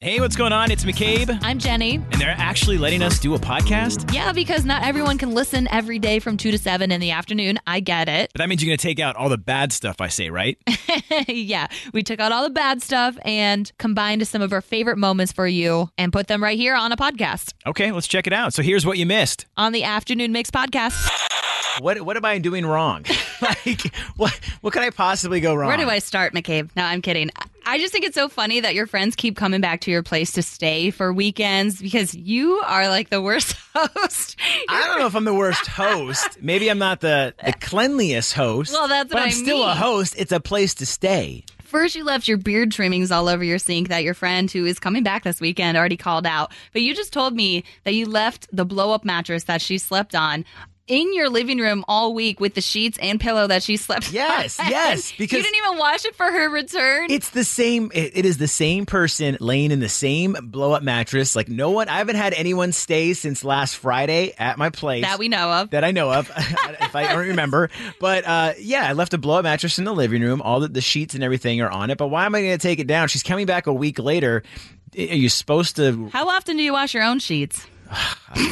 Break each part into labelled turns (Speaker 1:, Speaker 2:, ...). Speaker 1: Hey, what's going on? It's McCabe,
Speaker 2: I'm Jenny.
Speaker 1: and they're actually letting us do a podcast.
Speaker 2: Yeah, because not everyone can listen every day from 2 to 7 in the afternoon. I get it.
Speaker 1: But that means you're going to take out all the bad stuff I say, right?
Speaker 2: yeah, we took out all the bad stuff and combined some of our favorite moments for you and put them right here on a podcast
Speaker 1: okay, let's check it out. So here's what you missed.
Speaker 2: on the Afternoon Mix podcast.
Speaker 1: What what am I doing wrong? like what what could I possibly go wrong?
Speaker 3: Where do I start, McCabe? No, I'm kidding. I- I just think it's so funny that your friends keep coming back to your place to stay for weekends because you are like the worst host.
Speaker 1: I don't know if I'm the worst host. Maybe I'm not the, the cleanliest host.
Speaker 3: Well, that's
Speaker 1: but
Speaker 3: what
Speaker 1: I'm
Speaker 3: I
Speaker 1: still a
Speaker 3: mean.
Speaker 1: host. It's a place to stay.
Speaker 3: First, you left your beard trimmings all over your sink that your friend who is coming back this weekend already called out. But you just told me that you left the blow up mattress that she slept on in your living room all week with the sheets and pillow that she slept
Speaker 1: Yes,
Speaker 3: on.
Speaker 1: yes,
Speaker 3: you
Speaker 1: because-
Speaker 3: didn't even wash it for her return.
Speaker 1: It's the same. It, it is the same person laying in the same blow up mattress. Like no one. I haven't had anyone stay since last Friday at my place.
Speaker 3: that we know of.
Speaker 1: that I know of, if I don't remember. But uh, yeah, I left a blow up mattress in the living room. All the, the sheets and everything are on it. But why am I going to take it down? She's coming back a week later. Are you supposed to
Speaker 3: How often do you wash your own sheets?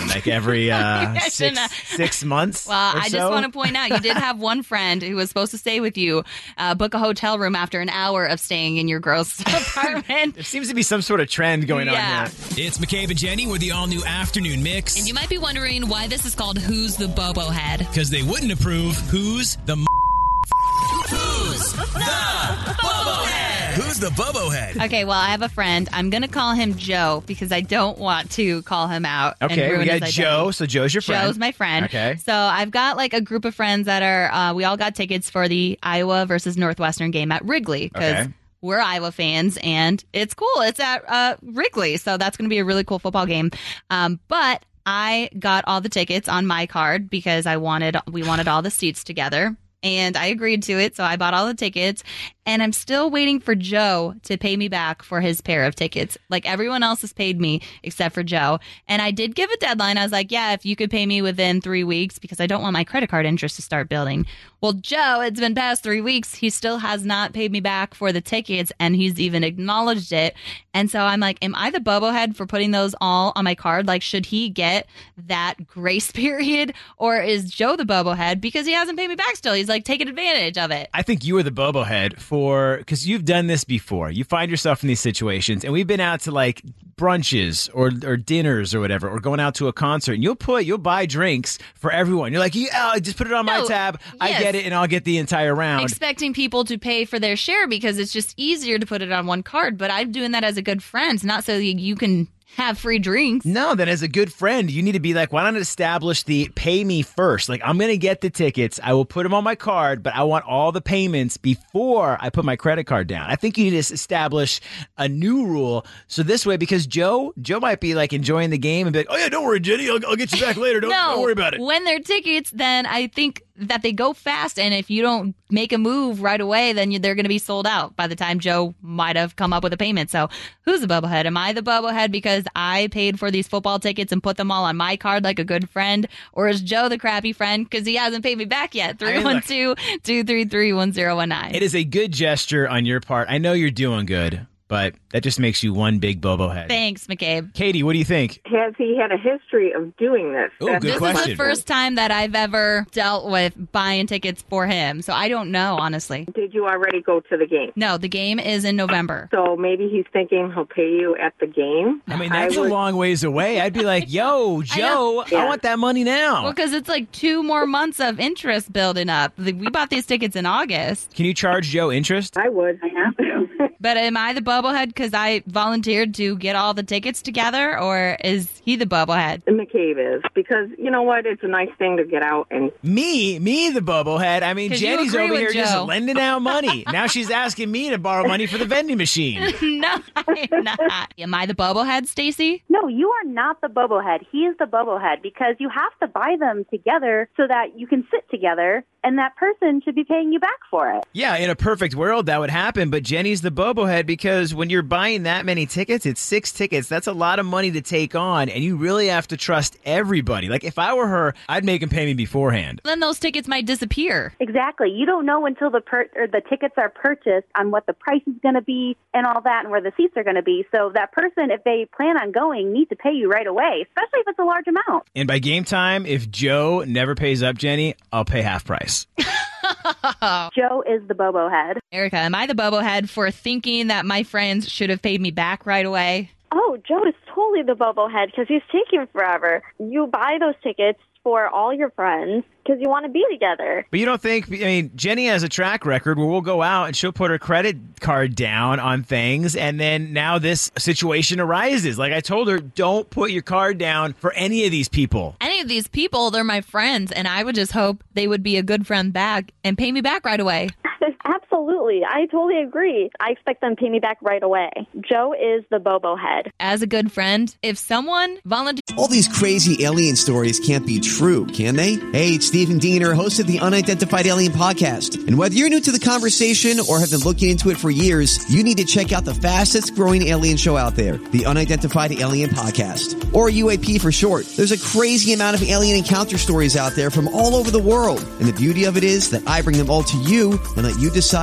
Speaker 1: like every uh,
Speaker 3: I
Speaker 1: six
Speaker 3: shouldn't
Speaker 1: six months?
Speaker 3: Well,
Speaker 1: or
Speaker 3: I
Speaker 1: so?
Speaker 3: just want to point out you did have one friend who was supposed to stay with you, uh, book a hotel room after an hour of staying in your girl's apartment.
Speaker 1: There seems to be some sort of trend going
Speaker 3: Yeah.
Speaker 1: on here. It's McCabe and Jenny with the all new afternoon mix
Speaker 2: You might be wondering why this is called Who's the Bobo Head?
Speaker 1: because they wouldn't approve who's the
Speaker 4: Who's the Bobo Head?
Speaker 3: Okay, well, I have a friend. I'm going to call him Joe because I don't want to call him out. and
Speaker 1: Okay, we
Speaker 3: ruin his
Speaker 1: got
Speaker 3: identity.
Speaker 1: Joe. So Joe's your friend.
Speaker 3: Joe's my friend.
Speaker 1: Okay.
Speaker 3: So I've got like a group of friends that are, uh, we all got tickets for the Iowa versus Northwestern game at Wrigley because
Speaker 1: Okay.
Speaker 3: we're Iowa fans and it's cool. It's at uh, Wrigley. So that's going to be a really cool football game. Um, but I got all the tickets on my card because I wanted, we wanted all the seats together. And I agreed to it, so I bought all the tickets, and I'm still waiting for Joe to pay me back for his pair of tickets. Like everyone else has paid me except for Joe. And I did give a deadline. I was like, yeah, if you could pay me within three weeks because I don't want my credit card interest to start building. Well, Joe, it's been past three weeks. He still has not paid me back for the tickets and he's even acknowledged it. And so I'm like, am I the bobo head for putting those all on my card? Like, should he get that grace period or is Joe the bobo head because he hasn't paid me back still? He's like taking advantage of it.
Speaker 1: I think you are the bobo head for because you've done this before. You find yourself in these situations, and we've been out to like brunches or or dinners or whatever, or going out to a concert, and you'll put you'll buy drinks for everyone. You're like, yeah, just put it on my
Speaker 3: No,
Speaker 1: tab. I
Speaker 3: yes.
Speaker 1: get it, and I'll get the entire round.
Speaker 3: expecting people to pay for their share because it's just easier to put it on one card. But I'm doing that as a good friend, not so that you can have free drinks.
Speaker 1: no, then as a good friend, you need to be like, why not establish the pay me first? Like, I'm going to get the tickets. I will put them on my card, but I want all the payments before I put my credit card down. I think you need to s- establish a new rule. So this way, because Joe, Joe might be like enjoying the game and be like, oh yeah, don't worry, Jenny. I'll, I'll get you back later. Don't,
Speaker 3: no,
Speaker 1: don't worry about it.
Speaker 3: When they're tickets, then I think that they go fast, and if you don't make a move right away, then you, they're going to be sold out by the time Joe might have come up with a payment. So, who's the bubblehead? Am I the bubblehead because I paid for these football tickets and put them all on my card like a good friend, or is Joe the crappy friend because he hasn't paid me back yet?
Speaker 1: I mean, look-
Speaker 3: 312 233 1019.
Speaker 1: It is a good gesture on your part. I know you're doing good, but that just makes you one big bobo head.
Speaker 3: Thanks, McCabe.
Speaker 1: Katie, what do you think?
Speaker 5: has he had a history of doing this?
Speaker 1: Ooh,
Speaker 5: That's-
Speaker 1: Oh, good
Speaker 3: this is
Speaker 1: question.
Speaker 3: the first time that I've ever dealt with buying tickets for him, so I don't know, honestly.
Speaker 5: Did you already go to the game?
Speaker 3: No, the game is in November.
Speaker 5: So maybe he's thinking he'll pay you at the game.
Speaker 1: I mean, that's
Speaker 5: would-
Speaker 1: a long ways away. I'd be like, yo, Joe, I,
Speaker 5: Yeah.
Speaker 1: want that money now.
Speaker 3: Well, because it's like two more months of interest building up. Like, We bought these tickets in August,
Speaker 1: Can you charge Joe interest?
Speaker 5: I would. I have to.
Speaker 3: but am I the bubblehead because I volunteered to get all the tickets together, or is he the bubblehead?
Speaker 5: McCabe is because you know what? It's a nice thing to get out and
Speaker 1: Me, me, the bubblehead. I mean,
Speaker 3: 'Cause you
Speaker 1: Jenny's
Speaker 3: agree
Speaker 1: over
Speaker 3: with
Speaker 1: here just
Speaker 3: Joe.
Speaker 1: lending out money. now she's asking me to borrow money for the vending machine.
Speaker 3: no, I'm not. Am I the bubblehead, Stacy?
Speaker 6: No, you are not the bobohead. He is the bobohead because you have to buy them together so that you can sit together, and that person should be paying you back for it.
Speaker 1: Yeah, in a perfect world, that would happen, but Jenny's the Bubblehead because when you're buying that many tickets, it's six tickets. That's a lot of money to take on, and you really have to trust everybody. Like if I were her, I'd make him pay me beforehand.
Speaker 3: Then those tickets might disappear.
Speaker 7: Exactly. You don't know until the per- or the tickets are purchased on what the price is going to be and all that, and where the seats are going to be. So that person, if they plan on going, needs to pay you right away, especially if it's a large amount.
Speaker 1: And by game time, if Joe never pays up, Jenny, I'll pay half price.
Speaker 7: Joe is the bobo head.
Speaker 3: Erica, am I the bobo head for thinking that my friends should have paid me back right away?
Speaker 6: Oh, Joe is totally the bobblehead because he's taking forever. You buy those tickets for all your friends because you want to be together.
Speaker 1: But you don't think, I mean, Jenny has a track record where we'll go out and she'll put her credit card down on things. And then now this situation arises. Like I told her, don't put your card down for any of these people.
Speaker 3: Any of these people, they're my friends, and I would just hope they would be a good friend back and pay me back right away.
Speaker 6: Absolutely. I totally agree. I expect them to pay me back right away. Joe is the bobo head.
Speaker 3: As a good friend, if someone volunteers
Speaker 8: All these crazy alien stories can't be true, can they? Hey, it's Stephen Diener, host of the Unidentified Alien Podcast. And whether you're new to the conversation or have been looking into it for years, you need to check out the fastest growing alien show out there, the Unidentified Alien Podcast, or UAP for short. There's a crazy amount of alien encounter stories out there from all over the world. And the beauty of it is that I bring them all to you and let you decide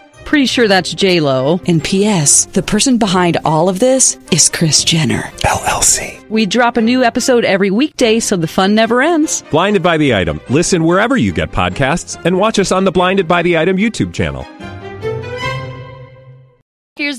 Speaker 9: Pretty sure that's J Lo.
Speaker 10: And P.S. The person behind all of this is Chris Jenner.
Speaker 11: LLC.
Speaker 9: We drop a new episode every weekday, so the fun never ends.
Speaker 11: Blinded by the item. Listen wherever you get podcasts, and watch us on the Blinded by the Item YouTube channel.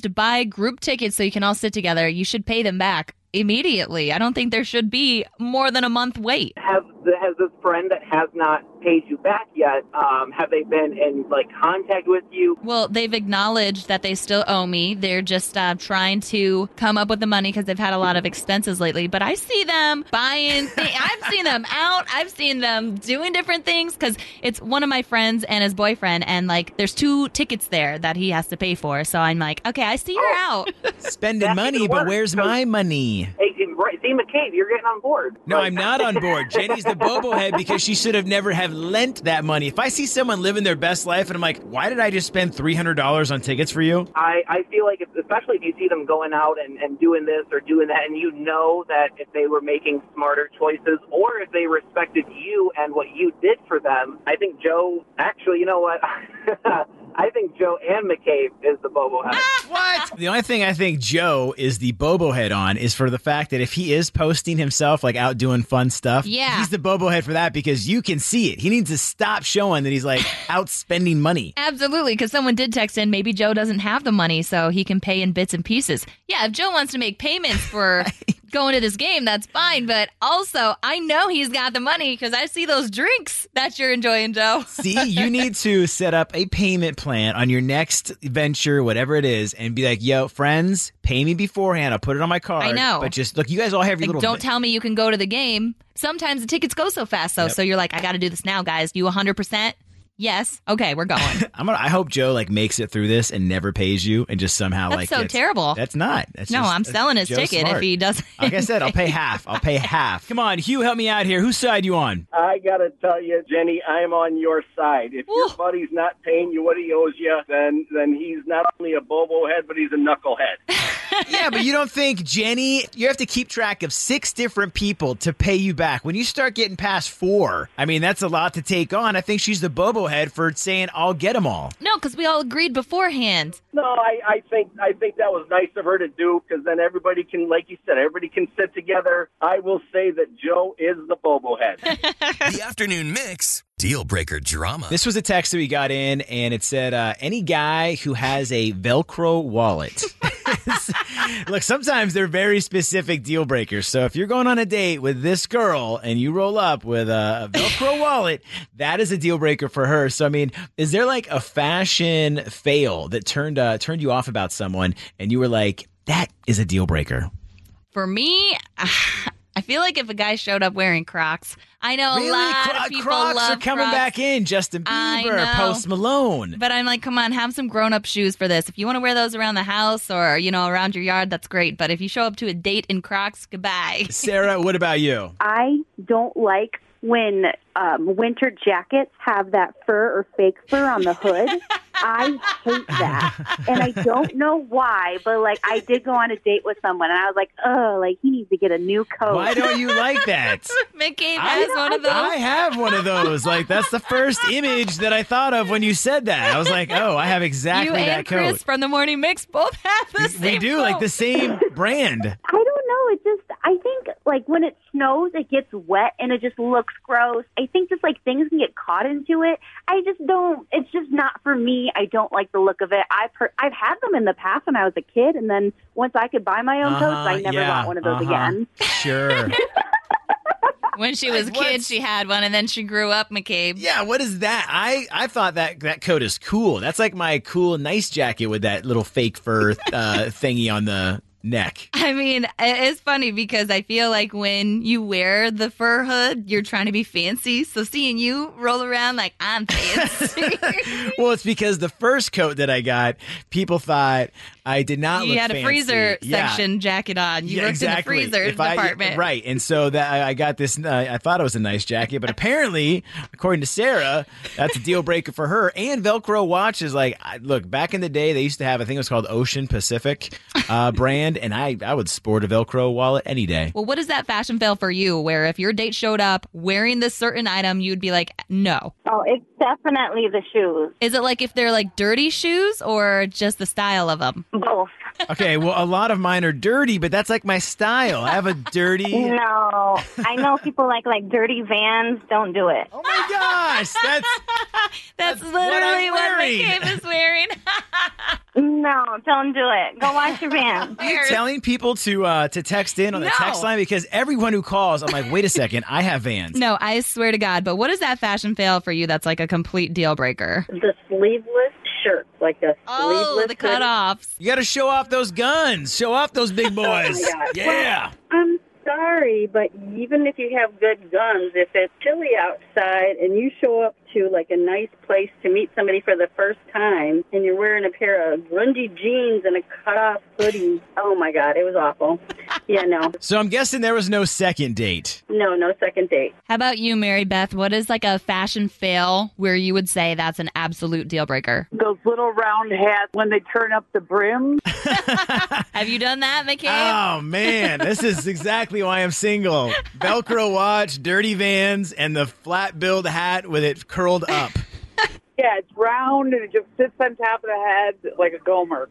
Speaker 3: to buy group tickets so you can all sit together, you should pay them back immediately. I don't think there should be more than a month wait.
Speaker 12: Have has this friend that has not paid you back yet? Um, have they been in like contact with you?
Speaker 3: Well, they've acknowledged that they still owe me. They're just uh, trying to come up with the money because they've had a lot of expenses lately. But I see them buying. Th- I've seen them out. I've seen them doing different things because it's one of my friends and his boyfriend, and like there's two tickets there that he has to pay for. So I'm like, okay, I see you're out.
Speaker 1: Spending
Speaker 12: That's
Speaker 1: money,
Speaker 12: even
Speaker 1: but
Speaker 12: worse,
Speaker 1: where's
Speaker 12: because-
Speaker 1: my money?
Speaker 12: Hey, and right, see McCabe, you're getting on board.
Speaker 1: No,
Speaker 12: Like,
Speaker 1: I'm not on board. Jenny's the bobblehead because she should have never have lent that money. If I see someone living their best life and I'm like, why did I just spend three hundred dollars on tickets for you?
Speaker 12: I, I feel like, if, especially if you see them going out and, and doing this or doing that, and you know that if they were making smarter choices or if they respected you and what you did for them, I think Joe, actually, you know what? I think Joe and McCabe is the bobblehead.
Speaker 13: Ah!
Speaker 1: What? The only thing I think Joe is the bobohead on is for the fact that if he is posting himself like out doing fun stuff,
Speaker 3: Yeah.
Speaker 1: he's the bobohead for that because you can see it. He needs to stop showing that he's like out spending money.
Speaker 3: Absolutely, because someone did text in. Maybe Joe doesn't have the money, so he can pay in bits and pieces. Yeah, if Joe wants to make payments for going to this game, that's fine. But also, I know he's got the money because I see those drinks that you're enjoying, Joe.
Speaker 1: See, you need to set up a payment plan on your next venture, whatever it is, and be like, "Yo, friends, pay me beforehand. I'll put it on my card."
Speaker 3: I know.
Speaker 1: but just look, you guys all have your
Speaker 3: Like,
Speaker 1: little.
Speaker 3: don't tell me you can go to the game. Sometimes the tickets go so fast, though. So you're like, I got to do this now, guys. You 100%? Yes. Okay, we're going.
Speaker 1: I'm gonna. I hope Joe like makes it through this and never pays you, and just somehow
Speaker 3: That's
Speaker 1: like
Speaker 3: so
Speaker 1: gets-
Speaker 3: terrible.
Speaker 1: That's not. That's
Speaker 3: no,
Speaker 1: just-
Speaker 3: I'm
Speaker 1: that's
Speaker 3: selling his
Speaker 1: Joe
Speaker 3: ticket if
Speaker 1: smart.
Speaker 3: he doesn't.
Speaker 1: Like I said, I'll pay half. I'll pay half. Come on, Hugh, help me out here. Whose side you on?
Speaker 13: I gotta tell you, Jenny, I'm on your side. If your
Speaker 3: Ooh.
Speaker 13: buddy's not paying you what he owes you, then then he's not only a bobo head, but he's a knucklehead.
Speaker 1: yeah, but you don't think Jenny? You have to keep track of six different people to pay you back. When you start getting past four, I mean, that's a lot to take on. I think she's the bobo head for saying, "I'll get them all."
Speaker 3: No, because we all agreed beforehand.
Speaker 13: No, I, I think I think that was nice of her to do because then everybody can, like you said, everybody can sit together. I will say that Joe is the bobo head.
Speaker 14: the afternoon mix, deal breaker drama.
Speaker 1: This was a text that we got in, and it said, uh, "Any guy who has a Velcro wallet." Look, sometimes they're very specific deal breakers. So if you're going on a date with this girl and you roll up with a Velcro wallet, that is a deal breaker for her. So I mean, is there like a fashion fail that turned uh, turned you off about someone, and you were like, "That is a deal breaker."
Speaker 3: For me, I feel like if a guy showed up wearing Crocs, I know
Speaker 1: really?
Speaker 3: a lot
Speaker 1: Cro-
Speaker 3: of people
Speaker 1: Crocs
Speaker 3: love
Speaker 1: are coming
Speaker 3: Crocs.
Speaker 1: back in. Justin
Speaker 3: I
Speaker 1: Bieber,
Speaker 3: know.
Speaker 1: Post Malone.
Speaker 3: But I'm like, come on, have some grown up shoes for this. If you want to wear those around the house or, you know, around your yard, that's great. But if you show up to a date in Crocs, goodbye.
Speaker 1: Sarah, what about you?
Speaker 6: I don't like when um, winter jackets have that fur or fake fur on the hood. I hate that. And I don't know why, but like I did go on a date with someone and I was like, oh, like he needs to get a new coat.
Speaker 1: Why don't you like that?
Speaker 3: Mickey
Speaker 1: I,
Speaker 3: has Oh. one of those.
Speaker 1: I have one of those. Like that's the first image that I thought of when you said that. I was like, oh, I have exactly
Speaker 3: you
Speaker 1: that
Speaker 3: and Chris
Speaker 1: coat.
Speaker 3: from the Morning Mix both have the
Speaker 1: we
Speaker 3: same.
Speaker 1: do like the same brand.
Speaker 6: I don't know. It just, I think like when it snows, it gets wet and it just looks gross. I think just like things can get caught into it. I just don't, it's just not for me. I don't like the look of it. I've, per- I've had them in the past when I was a kid. And then once I could buy my own coats, I never
Speaker 1: yeah,
Speaker 6: bought one of those
Speaker 1: uh-huh.
Speaker 6: again.
Speaker 1: Sure.
Speaker 3: When she was a kid, she had one, and then she grew up, McCabe.
Speaker 1: Yeah, what is that? I I thought that that coat is cool. That's like my cool nice jacket with that little fake fur uh, thingy on the neck.
Speaker 3: I mean, it is funny because I feel like when you wear the fur hood, you're trying to be fancy. So seeing you roll around like I'm fancy,
Speaker 1: Well, it's because the first coat that I got, people thought I did not
Speaker 3: you
Speaker 1: look
Speaker 3: had a
Speaker 1: fancy.
Speaker 3: freezer
Speaker 1: Yeah.
Speaker 3: section jacket on. You
Speaker 1: Yeah,
Speaker 3: worked
Speaker 1: exactly.
Speaker 3: in the freezer
Speaker 1: If I-
Speaker 3: department,
Speaker 1: right? And so that I, I got this. Uh, I thought it was a nice jacket, but apparently, according to Sarah, that's a deal breaker for her. And Velcro watch is like, I, look, back in the day, they used to have I think it was called Ocean Pacific uh, brand, and I I would sport a Velcro wallet any day.
Speaker 3: Well, what is that fashion fail for you? Where if your date showed up wearing this certain item, you'd be like, no.
Speaker 6: Oh, it's definitely the shoes.
Speaker 3: Is it like if they're like dirty shoes or just the style of them?
Speaker 6: Both.
Speaker 1: Okay, well, a lot of mine are dirty, but that's like my style. I have a dirty.
Speaker 15: No, I know people like like dirty vans. Don't do it.
Speaker 1: Oh my gosh, that's
Speaker 3: That's,
Speaker 15: literally
Speaker 3: I'm what wearing.
Speaker 15: McCabe
Speaker 3: is wearing.
Speaker 15: no, don't do it. Go wash your vans.
Speaker 1: You're telling people to uh, to text in on the
Speaker 3: No.
Speaker 1: text line because everyone who calls, I'm like, wait a second, I have Vans.
Speaker 3: No, I swear to God. But what is that fashion fail for you that's like a complete deal breaker?
Speaker 5: The sleeveless shirt, like a
Speaker 3: Oh, the cutoffs.
Speaker 1: You got to show off those guns. Show off those big boys. yeah.
Speaker 5: I'm sorry, but even if you have good guns, if it's chilly outside and you show up to like a nice place to meet somebody for the first time and you're wearing a pair of grungy jeans and a cut off hoodie, oh my God, it was awful. Yeah, no.
Speaker 1: So I'm guessing there was no second date.
Speaker 5: No, no second date.
Speaker 3: How about you, Mary Beth? What is like a fashion fail where you would say that's an absolute deal breaker?
Speaker 16: Those little round hats when they turn up the brim. Ah.
Speaker 3: Have you done that, McCabe?
Speaker 1: Oh man, this is exactly why I'm single. Velcro watch, dirty Vans, and the flat billed hat with it curled up.
Speaker 16: Yeah, it's round and it just sits on top of the head like a gomer.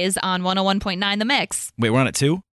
Speaker 3: on 101.9 The Mix.
Speaker 1: Wait, we're on it too?